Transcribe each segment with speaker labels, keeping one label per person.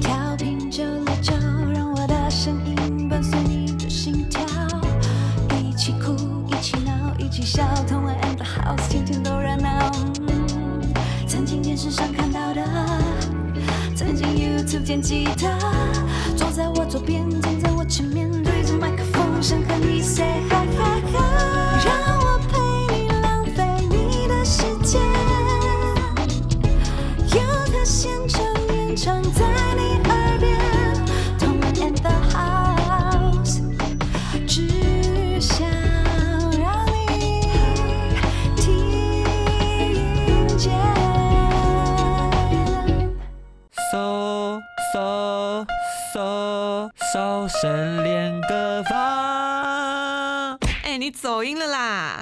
Speaker 1: 调频九六九，让我的声音伴随你的心跳，一起哭，一起闹，一起笑，同玩 and the house，天天都热闹。嗯曾经电视上看到的，曾经 YouTube 见吉他，坐在我左边，站在我前面，对着麦克风，想和你 say hi hi hi，让我陪你浪费你的时间。有个现场演唱在你耳边，同玩 and the house，只想让你听见。
Speaker 2: 搜搜搜搜神练歌房。
Speaker 3: 哎，你走音了啦！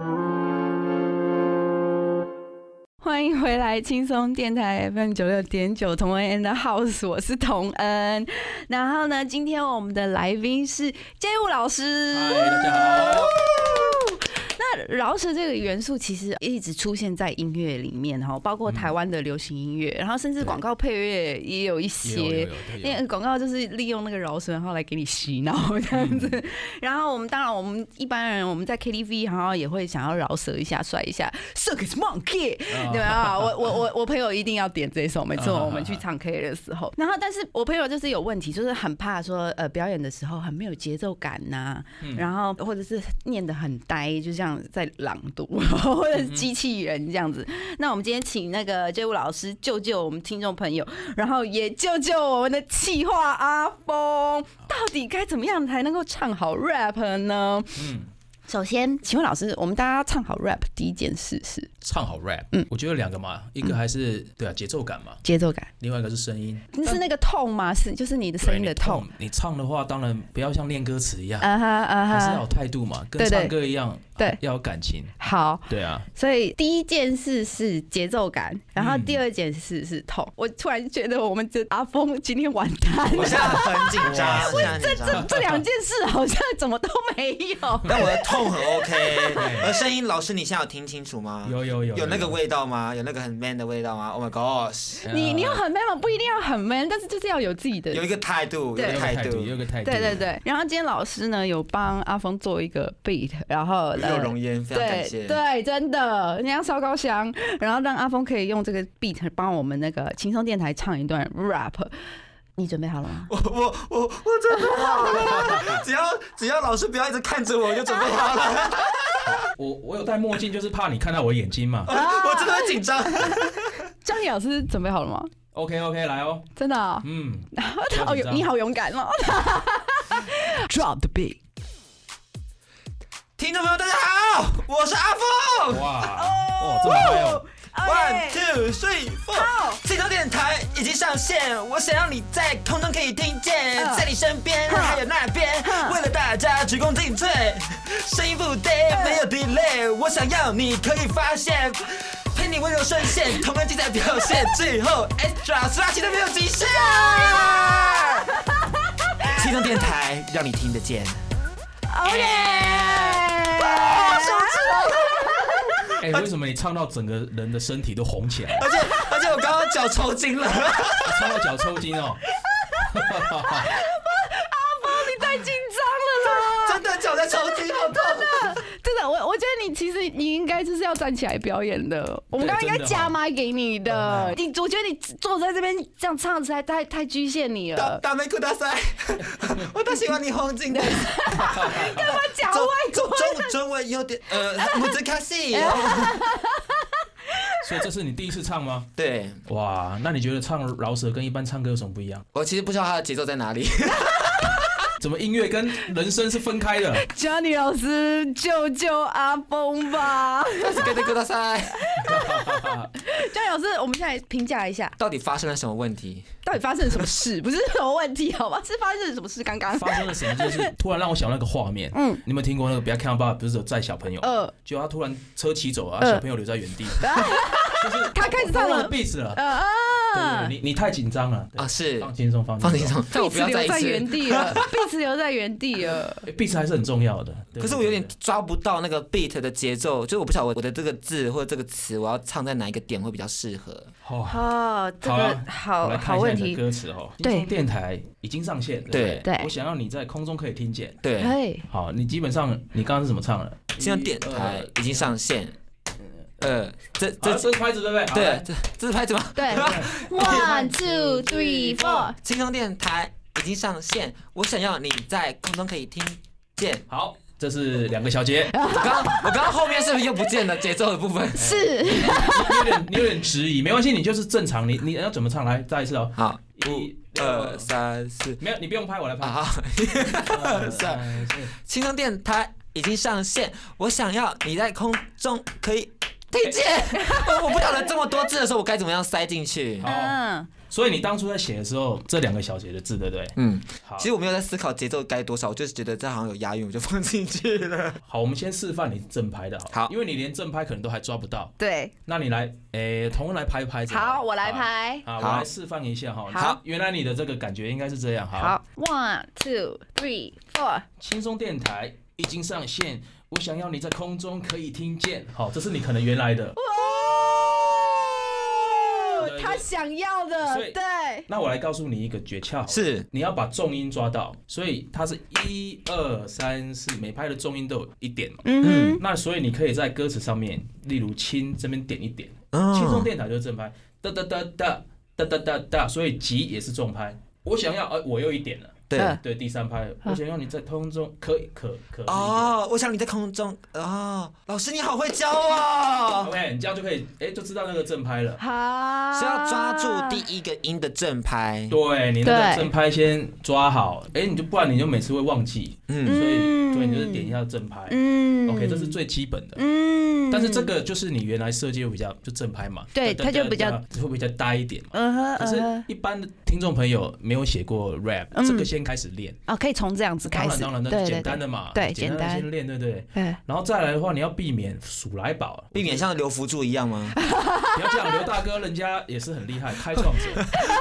Speaker 4: 欢迎回来，轻松电台 FM 九六点九，同恩 and house，我是同恩。然后呢，今天我们的来宾是街舞老师。
Speaker 2: 嗨大家好。
Speaker 4: 那饶舌这个元素其实一直出现在音乐里面哈，包
Speaker 2: 嗯
Speaker 4: 括台湾的流行音乐，然后甚至广告配乐也有一
Speaker 2: 有有有
Speaker 4: 些。
Speaker 2: 有
Speaker 4: 因为广告就是利用那个饶舌，然后来给你洗脑 这样子。然后我们当然，我们一般人我们在 KTV 然后也会想要饶舌一下、帅一下，Suck is monkey，对啊，我我我我朋友一定要点这一首，每次我们去唱 K 的时候，然后但是我朋友就是有问题，就是很怕说呃表演的时候很没有节奏感呐、然后或者是念得很呆，就像在朗读或者是机器人这样子。那我们今天请那个街舞老师救救我们听众朋友，然后也救救我们的气化阿峰，到底该怎么样才能够唱好 rap 呢？
Speaker 2: 嗯，
Speaker 4: 首先，请问老师，我们大家唱好 rap 第一件事是
Speaker 2: 唱好 rap，
Speaker 4: 嗯
Speaker 2: 我觉得有两个嘛，一个还是对啊节奏感嘛，
Speaker 4: 节奏感。
Speaker 2: 另外一个是声音。
Speaker 4: 那是那个痛吗？是就是你的声音的痛。
Speaker 2: 嗯对你唱的话，当然不要像练歌词一样，
Speaker 4: 啊哈啊
Speaker 2: 还是要
Speaker 4: 哈
Speaker 2: 有，态度嘛，跟
Speaker 4: 对对
Speaker 2: 唱歌一样，啊
Speaker 4: 对
Speaker 2: 要有感情。
Speaker 4: 好。
Speaker 2: 对啊，
Speaker 4: 所以第一件事是节奏感，然后
Speaker 2: 嗯
Speaker 4: 第二件事是痛。我突然觉得我们这阿峰今天完蛋
Speaker 5: 我
Speaker 4: 了，
Speaker 5: 现在很紧张，我现在很紧
Speaker 4: 这
Speaker 5: 张。
Speaker 4: 这两件事好像怎么都没 有。
Speaker 5: 但我的痛很 OK，而声音老师，你现在有听清楚吗？
Speaker 2: 有有有
Speaker 5: 有那个味道吗？有那个很 man 的味道吗？Oh my gosh，
Speaker 2: 啊
Speaker 4: 你你要很 man 吗不一定要很 man，但是就是要有自己的
Speaker 5: 有一个态度，有
Speaker 4: 对
Speaker 5: 一个
Speaker 2: 有
Speaker 5: 态度，
Speaker 2: 有个态度，
Speaker 4: 对对对，然后今天老师呢有帮阿峰做一个 beat，然后
Speaker 5: 有
Speaker 4: 呃
Speaker 5: 容颜，非常感
Speaker 4: 对
Speaker 5: 谢。
Speaker 4: 对，真的，人家烧高香，然后让阿峰可以用这个 beat 帮我们那个轻松电台唱一段 rap。你准备好了吗？
Speaker 5: 我我我我准备好了，只要只要老师不要一直看着我，我就准备好了。
Speaker 2: 我我有戴墨镜，就是怕你看到我眼睛嘛。
Speaker 5: 我真的很紧张。
Speaker 4: 张毅老师准备好了吗？
Speaker 2: OK OK，来哦，
Speaker 4: 真的啊、
Speaker 2: 嗯，
Speaker 4: 哦，有你好勇敢哦！Drop the beat，
Speaker 5: 听众朋友，大家好，我是阿峰。
Speaker 2: 哇，哦，这么嗨哦，
Speaker 5: One two three four，气球电台已经上线，我想让你在空中可以听见，
Speaker 4: 嗯
Speaker 5: 在你身边还有那边，为了大家鞠躬尽瘁，声音不呆，没有 delay，我想要你可以发现，陪你温柔顺线，同恩精彩表现，最后 extra 十八期都没有极限。气动电台让你听得见，
Speaker 4: ，OK，
Speaker 2: 哎，为什么你唱到整个人的身体都红起来了？
Speaker 5: 而且而且我刚刚脚抽筋了。
Speaker 2: 唱到脚抽筋哦。
Speaker 4: 哦你太紧张了啦！
Speaker 5: 真的脚在抽筋，好痛！
Speaker 4: 真的，我我觉得你其实你应该就是要站起来表演的。我们刚刚应该
Speaker 2: 真的哦
Speaker 4: 加麦给你的
Speaker 2: 哦，
Speaker 4: 你我觉得你坐在这边这样唱实在太太局限你
Speaker 5: 打
Speaker 4: 了。
Speaker 5: 打梅库大赛， 我都喜欢你红 景的。
Speaker 4: 干嘛讲外哎
Speaker 5: 中
Speaker 4: 国
Speaker 5: 中？中中文有点呃，我只卡 西。
Speaker 2: 所以这是你第一次唱吗？
Speaker 5: 对
Speaker 2: 哇，那你觉得唱饶舌跟一般唱歌有什么不一样？
Speaker 5: 我其实不知道他的节奏在哪里。
Speaker 2: 怎么音乐跟人生是 分开的？
Speaker 4: Johnny 老师救救阿峰吧
Speaker 5: 但是跟着歌大赛
Speaker 4: ！Johnny 老师，我们现在评价一下，
Speaker 5: 到底发生了什么问题？
Speaker 4: 到底发生了什么事？不是什么问题， 好吧？是发生了什么事？刚刚，
Speaker 2: 发生了什么？就是突然让我想到那个画面。
Speaker 4: 嗯
Speaker 2: 你有没有听过那个《不要看爸爸》不是有载小朋友，
Speaker 4: 呃，
Speaker 2: 就他突然车骑走啊，
Speaker 4: 嗯
Speaker 2: 小朋友留在原地，就是
Speaker 4: 他开始唱了
Speaker 2: 我忘 beat 了。
Speaker 4: 呃啊，
Speaker 2: 对你你太紧张了
Speaker 5: 啊，
Speaker 2: 啊，
Speaker 5: 是
Speaker 2: 放轻松，放
Speaker 5: 放
Speaker 2: 轻
Speaker 5: 轻
Speaker 2: 松。
Speaker 5: 松，但我
Speaker 4: 一
Speaker 5: 不
Speaker 4: 直
Speaker 5: 要再
Speaker 4: 留
Speaker 5: 一
Speaker 4: 在
Speaker 5: 次
Speaker 4: 原。地 了，一直留在原地 了。
Speaker 2: b e a 还是很重要的，对
Speaker 5: 可是我有点抓不到那个 beat 的节奏，就是我不晓得我的这个字或者这个词，我要唱在哪一个点会比较适合。
Speaker 2: 哦，好
Speaker 4: 哦，这个
Speaker 2: 啊我
Speaker 4: 好
Speaker 2: 来
Speaker 4: 好
Speaker 2: 看一下
Speaker 4: 问
Speaker 2: 你的
Speaker 4: 题，
Speaker 2: 歌词哦。
Speaker 4: 对
Speaker 2: 轻松电台已经上线，不
Speaker 4: 对对
Speaker 2: 我想要你在空中可以听见。
Speaker 5: 对，
Speaker 4: 哎，
Speaker 2: 好，你基本上你刚刚是怎么唱的？
Speaker 5: 现在电台已经上线。呃，这
Speaker 2: 这
Speaker 5: 这
Speaker 2: 这是拍子对不对？好
Speaker 5: 对
Speaker 2: 来
Speaker 5: 这这是拍子吗？
Speaker 4: 对，one two three four，
Speaker 5: 轻松电台已经上线，我想要你在空中可以听见。
Speaker 2: 好，这是两个小 节，
Speaker 5: 我刚我刚刚后面是不是又不见了节奏的部分？
Speaker 4: 是
Speaker 2: 你有点你有点迟疑，没关系，你就是正常，你你要怎么唱来再一次哦。
Speaker 5: 好，
Speaker 2: 一
Speaker 5: 五二，三四
Speaker 2: 没有，你不用拍，我来拍。哎
Speaker 5: 啊！好，
Speaker 2: 二
Speaker 5: 三
Speaker 2: 四，
Speaker 5: 轻松电台已经上线，我想要你在空中可以听见。我我不晓得这么多字的时候，我该怎么样塞进去？
Speaker 2: 好。
Speaker 4: 嗯，
Speaker 2: 所以你当初在写的时候，这两个小节的字，对不对？
Speaker 5: 嗯，
Speaker 2: 好，
Speaker 5: 其实我没有在思考节奏该多少，我就是觉得这好像有押韵，我就放进去了。
Speaker 2: 好，我们先示范你正拍的好了，
Speaker 5: 好
Speaker 2: 因为你连正拍可能都还抓不到，
Speaker 4: 对，
Speaker 2: 那你来，诶，同文来拍一拍。
Speaker 4: 好，我来。拍，
Speaker 2: 啊，我
Speaker 5: 好
Speaker 2: 来示范一下哈。
Speaker 4: 好，
Speaker 2: 原来你的这个感觉应该是这样。
Speaker 4: 好，one two three four，
Speaker 2: 轻松电台已经上线，我想要你在空中可以听见。好，这是你可能原来的。
Speaker 4: 哇
Speaker 2: 对
Speaker 4: 他想要
Speaker 2: 所以
Speaker 4: 的，对，
Speaker 2: 那我来告诉你一个诀窍，
Speaker 5: 是
Speaker 2: 你要把重音抓到，所以它是一二三四，每拍的重音都有一点嘛。
Speaker 4: 嗯
Speaker 2: 那所以你可以在歌词上面，例如“轻”这边点一点，
Speaker 5: 嗯
Speaker 2: 轻松电台就是正拍，哒哒哒哒哒哒哒哒，所以“急”也是重拍。我想要，呃，我又一点了，
Speaker 5: 对
Speaker 4: 嗯。
Speaker 2: 对，第三拍，我想要你在空中可以可可以。
Speaker 5: 哦，我想你在空中哦，老师你好会教哦，
Speaker 2: OK，你这样就可以，哎，就知道那个正拍了。
Speaker 4: 好，啊
Speaker 5: 是要抓住第一个音的正拍，
Speaker 2: 对你那个
Speaker 4: 对
Speaker 2: 正拍先抓好，哎，你就不然你就每次会忘记，所
Speaker 5: 嗯，
Speaker 2: 以
Speaker 4: 嗯
Speaker 2: 所以你就是点一下正拍。
Speaker 4: 嗯
Speaker 2: OK，这是最基本的。
Speaker 4: 嗯
Speaker 2: 但是这个就是你原来设计会比较就正拍嘛，
Speaker 4: 对
Speaker 2: 哒
Speaker 4: 它就
Speaker 2: 哒
Speaker 4: 比较
Speaker 2: 哒会比较呆一点嘛。
Speaker 4: 嗯哼，
Speaker 2: 可是
Speaker 4: 嗯哼
Speaker 2: 一般的听众朋友没有写过 rap，
Speaker 4: 嗯
Speaker 2: 这个先开始练，
Speaker 4: 哦，可以从这样子
Speaker 2: 当
Speaker 4: 开
Speaker 2: 然
Speaker 4: 始，
Speaker 2: 当然那
Speaker 4: 对对
Speaker 2: 简单
Speaker 4: 对，
Speaker 2: 的嘛，
Speaker 4: 对
Speaker 2: 简单的
Speaker 4: 简单
Speaker 2: 先练，对不对？
Speaker 4: 对，
Speaker 2: 然后再来的话，你要避免数来宝，
Speaker 5: 避免像刘福柱一样 吗？会
Speaker 2: 不要这样。刘大哥人家也是很厉害，开创 者。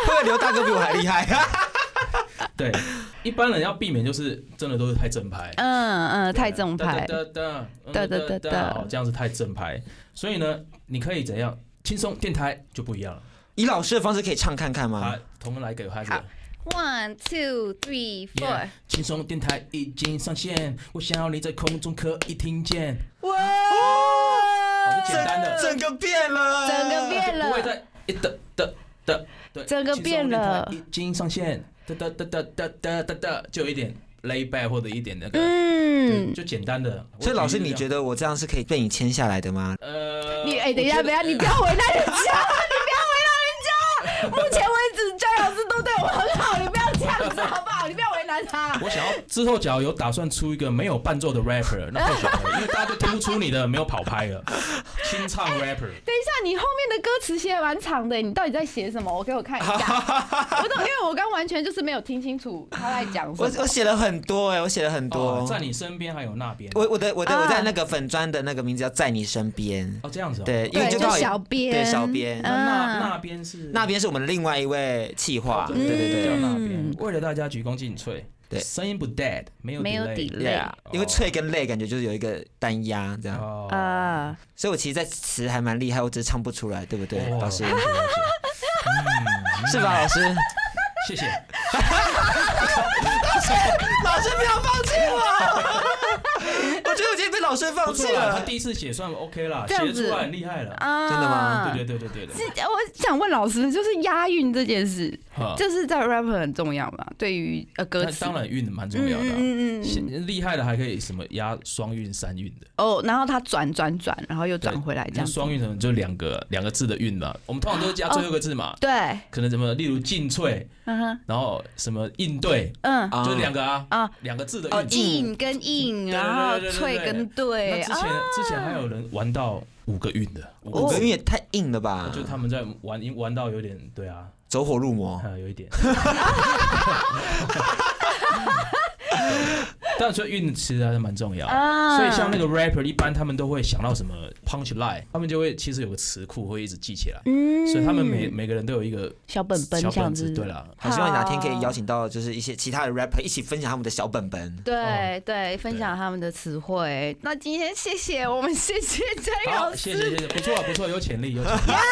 Speaker 5: 不会刘大哥比我还厉害？
Speaker 2: 对，一般人要避免就是真的都是太正拍，
Speaker 4: 嗯嗯，太正派，
Speaker 2: 哒哒
Speaker 4: 哒哒
Speaker 2: 哒哒
Speaker 4: 哒
Speaker 2: 哒，
Speaker 4: 哒
Speaker 2: 哦，这样是太正拍。所以呢，你可以怎样轻松电台就不一样了。
Speaker 5: 以老师的方式可以唱看看吗
Speaker 2: 啊？，同仁来给孩子。
Speaker 4: 好 One, two, three, four。
Speaker 2: 轻松电台已经上线，我想要你在空中可以听见。
Speaker 5: 哇
Speaker 2: 好这简单的
Speaker 5: 整个变了，
Speaker 4: 整个变
Speaker 2: 不会再一的的的对，
Speaker 4: 整个变了
Speaker 2: 轻松电台已经上线，哒哒哒哒哒哒哒哒，就有一点 lay back 或者一点那个，对
Speaker 4: 嗯，
Speaker 2: 就简单的。
Speaker 5: 所以老师，你觉
Speaker 2: 得？
Speaker 5: 得我这样是可以被你签下来的吗？
Speaker 2: 呃，
Speaker 4: 你哎，等一下，
Speaker 2: 我觉
Speaker 4: 等
Speaker 2: 得
Speaker 4: 一下，你不要为难人家， 你不要为难人家。目前为止，张老师都对我很好，你不要这样子好不好？你不要为难他。
Speaker 2: 我想要之后，假如有打算出一个没有伴奏的 rapper，那或许可以，因为大家都听不出你的没有跑拍了，清唱 rapper。
Speaker 4: 等一下，你后面的歌词写得蛮长的，欸你到底在写什么？我给我看一下。 我懂，因为我刚完全就是没有听清楚他在讲什
Speaker 5: 我我
Speaker 4: 么。
Speaker 5: 写了很多哎，我写了很
Speaker 2: 哦
Speaker 5: 多，
Speaker 2: 在你身边还有那边。
Speaker 5: 我我的我的
Speaker 4: 啊
Speaker 5: 我在那个粉砖的那个名字叫在你身边，
Speaker 2: 哦，这样子哦。
Speaker 5: 对，因为
Speaker 4: 对，
Speaker 5: 就
Speaker 4: 就
Speaker 5: 刚好
Speaker 4: 小编，
Speaker 5: 对小编
Speaker 2: 那那
Speaker 4: 嗯
Speaker 2: 那边是
Speaker 5: 那边是我们的另外一位企划，嗯
Speaker 2: 对
Speaker 5: 哦对对对
Speaker 2: 对，叫
Speaker 5: 对
Speaker 2: 那
Speaker 4: 嗯
Speaker 2: 边。为了大家鞠躬尽瘁，
Speaker 5: 对
Speaker 2: 声音不 dead，没有
Speaker 4: 没有
Speaker 2: delay
Speaker 4: delay
Speaker 5: 对啊，因为脆跟累感觉就是有一个单压这样，
Speaker 2: 哦，
Speaker 4: 啊，
Speaker 5: 所以我其实，在词还蛮厉害，我只是唱不出来，对不对，
Speaker 2: 哦
Speaker 5: 老师
Speaker 2: 了？解了解
Speaker 5: 是吧，老师？
Speaker 2: 谢谢。
Speaker 5: 老师不要放弃我！我 觉得我今天被老师
Speaker 2: 不
Speaker 5: 放弃
Speaker 2: 错啦，他
Speaker 5: 了。
Speaker 2: 第一次写算 OK 啦，
Speaker 4: 这
Speaker 2: 写
Speaker 4: 样
Speaker 2: 得出
Speaker 4: 子
Speaker 2: 来很厉害了。
Speaker 4: 啊
Speaker 5: 真的吗
Speaker 2: 对对对对对对，
Speaker 4: 是我想问老师，就是押韵这件事，
Speaker 2: 哈
Speaker 4: 就是在 rap 很重要嘛？对于呃歌
Speaker 2: 啊那
Speaker 4: 词，
Speaker 2: 当然韵蛮重
Speaker 4: 嗯
Speaker 2: 要的啊。
Speaker 4: 嗯嗯
Speaker 2: 写
Speaker 4: 嗯，
Speaker 2: 厉害的还可以什么压双韵、三韵的，
Speaker 4: 哦，然后他转转转，然后又转回来这
Speaker 2: 那
Speaker 4: 样，
Speaker 2: 双韵什么就两个两个字的韵嘛。我们通常都是加最后一个字嘛，
Speaker 4: 对，
Speaker 2: 可能什么例如进退，
Speaker 4: 嗯哼，
Speaker 2: 然后什么应对，
Speaker 4: 嗯，
Speaker 5: 啊
Speaker 2: 就两个啊
Speaker 4: 啊
Speaker 2: 两个字的
Speaker 5: 哦
Speaker 2: 韵。
Speaker 4: 硬跟硬，
Speaker 2: 对
Speaker 4: 然后
Speaker 2: 对对对
Speaker 4: 脆
Speaker 2: 对
Speaker 4: 跟对
Speaker 2: 那之前、
Speaker 4: 啊，哦
Speaker 2: 之前还有人玩到五个运的，五
Speaker 5: 五
Speaker 2: 个
Speaker 5: 个
Speaker 2: 韵
Speaker 5: 月也太硬了吧？
Speaker 2: 就他们在玩，已经玩到有点对啊，
Speaker 5: 走火入魔。
Speaker 2: 啊有一点。 但所以运词还是蛮重要。
Speaker 4: 啊
Speaker 2: 所以像那个 rapper，一般他们都会想到什么 punch line，他们就会其实有个词库会一直记起来，
Speaker 4: 嗯
Speaker 2: 所以他们每每个人都有一个
Speaker 4: 小本本
Speaker 2: 小
Speaker 4: 这样
Speaker 2: 本子。
Speaker 4: 子，
Speaker 2: 对啦，
Speaker 5: 好希望哪天可以邀请到就是一些其他的 rapper 一起分享他们的小本本。
Speaker 2: 哦
Speaker 4: 对对，分享他们的词汇。那今天谢谢我们，谢谢詹
Speaker 2: 好，
Speaker 4: 老
Speaker 2: 谢
Speaker 4: 师，
Speaker 2: 谢谢谢，不错啊不错，有潜力有潜
Speaker 4: 哎
Speaker 2: 力。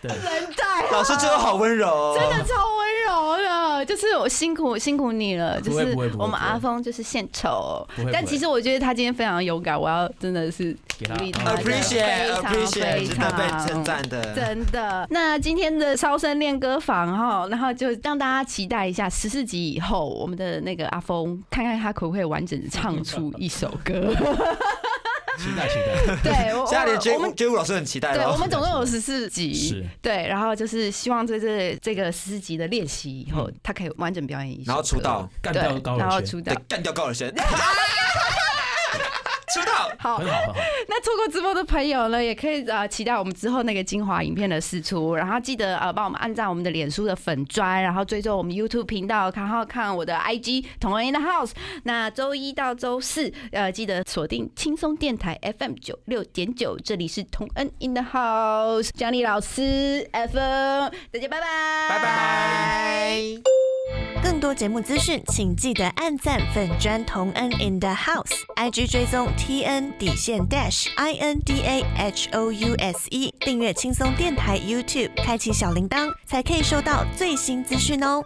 Speaker 2: 对，
Speaker 4: 人带
Speaker 5: 老师真的好温柔哦，
Speaker 4: 啊真的超温柔的，就是我辛苦辛苦你了，就
Speaker 2: 不会
Speaker 4: 是
Speaker 2: 不会不会
Speaker 4: 我
Speaker 2: 不
Speaker 4: 们
Speaker 2: 会
Speaker 4: 阿峰就是献丑
Speaker 2: 不会，
Speaker 4: 但
Speaker 2: 不会
Speaker 4: 其实我觉得他今天非常勇敢，我要真的是
Speaker 2: 给他
Speaker 4: 鼓励他
Speaker 5: appreciate
Speaker 4: 非常
Speaker 5: appreciate，
Speaker 4: 非
Speaker 5: 值得
Speaker 4: 常
Speaker 5: 被称赞的。
Speaker 4: 真的。那今天的超声练歌房哈，然后就让大家期待一下十四集以后，我们的那个阿峰，看看他可不可以完整地唱出一首 歌。
Speaker 2: 期待期 待。
Speaker 4: 对，我
Speaker 5: 下
Speaker 4: 我
Speaker 5: 连 J
Speaker 4: 我们
Speaker 5: J 老师很期待
Speaker 4: 对，我
Speaker 5: 了。
Speaker 4: 们总共有十四集
Speaker 2: 是，
Speaker 4: 对，然后就是希望在这这个十四集的练习以后，他可以完整表演一首
Speaker 5: 嗯
Speaker 4: 歌，
Speaker 5: 然后出道，
Speaker 2: 干掉
Speaker 4: 对，
Speaker 2: 高
Speaker 4: 然后
Speaker 2: 尔宣，
Speaker 4: 出道
Speaker 5: 对。，干掉高尔宣， 出道。
Speaker 4: 好
Speaker 2: 很，好很好。
Speaker 4: 那错过直播的朋友呢，也可以呃期待我们之后那个精华影片的释出，然后记得呃帮我们按赞我们的脸书的粉砖，然后追踪我们 YouTube 频道，然后看我的 IG 同恩 in the house。那周一到周四呃记得锁定轻松电台 FM 九六点九，这里是同恩 in the house，江丽老师 FM，大家拜拜，
Speaker 5: 拜拜。
Speaker 6: 更多节目资讯，请记得按赞粉砖同恩 in the house，IG 追踪 T N 底线 dash I N D A H O U S E，订阅轻松电台 YouTube，开启小铃铛，才可以收到最新资讯哦。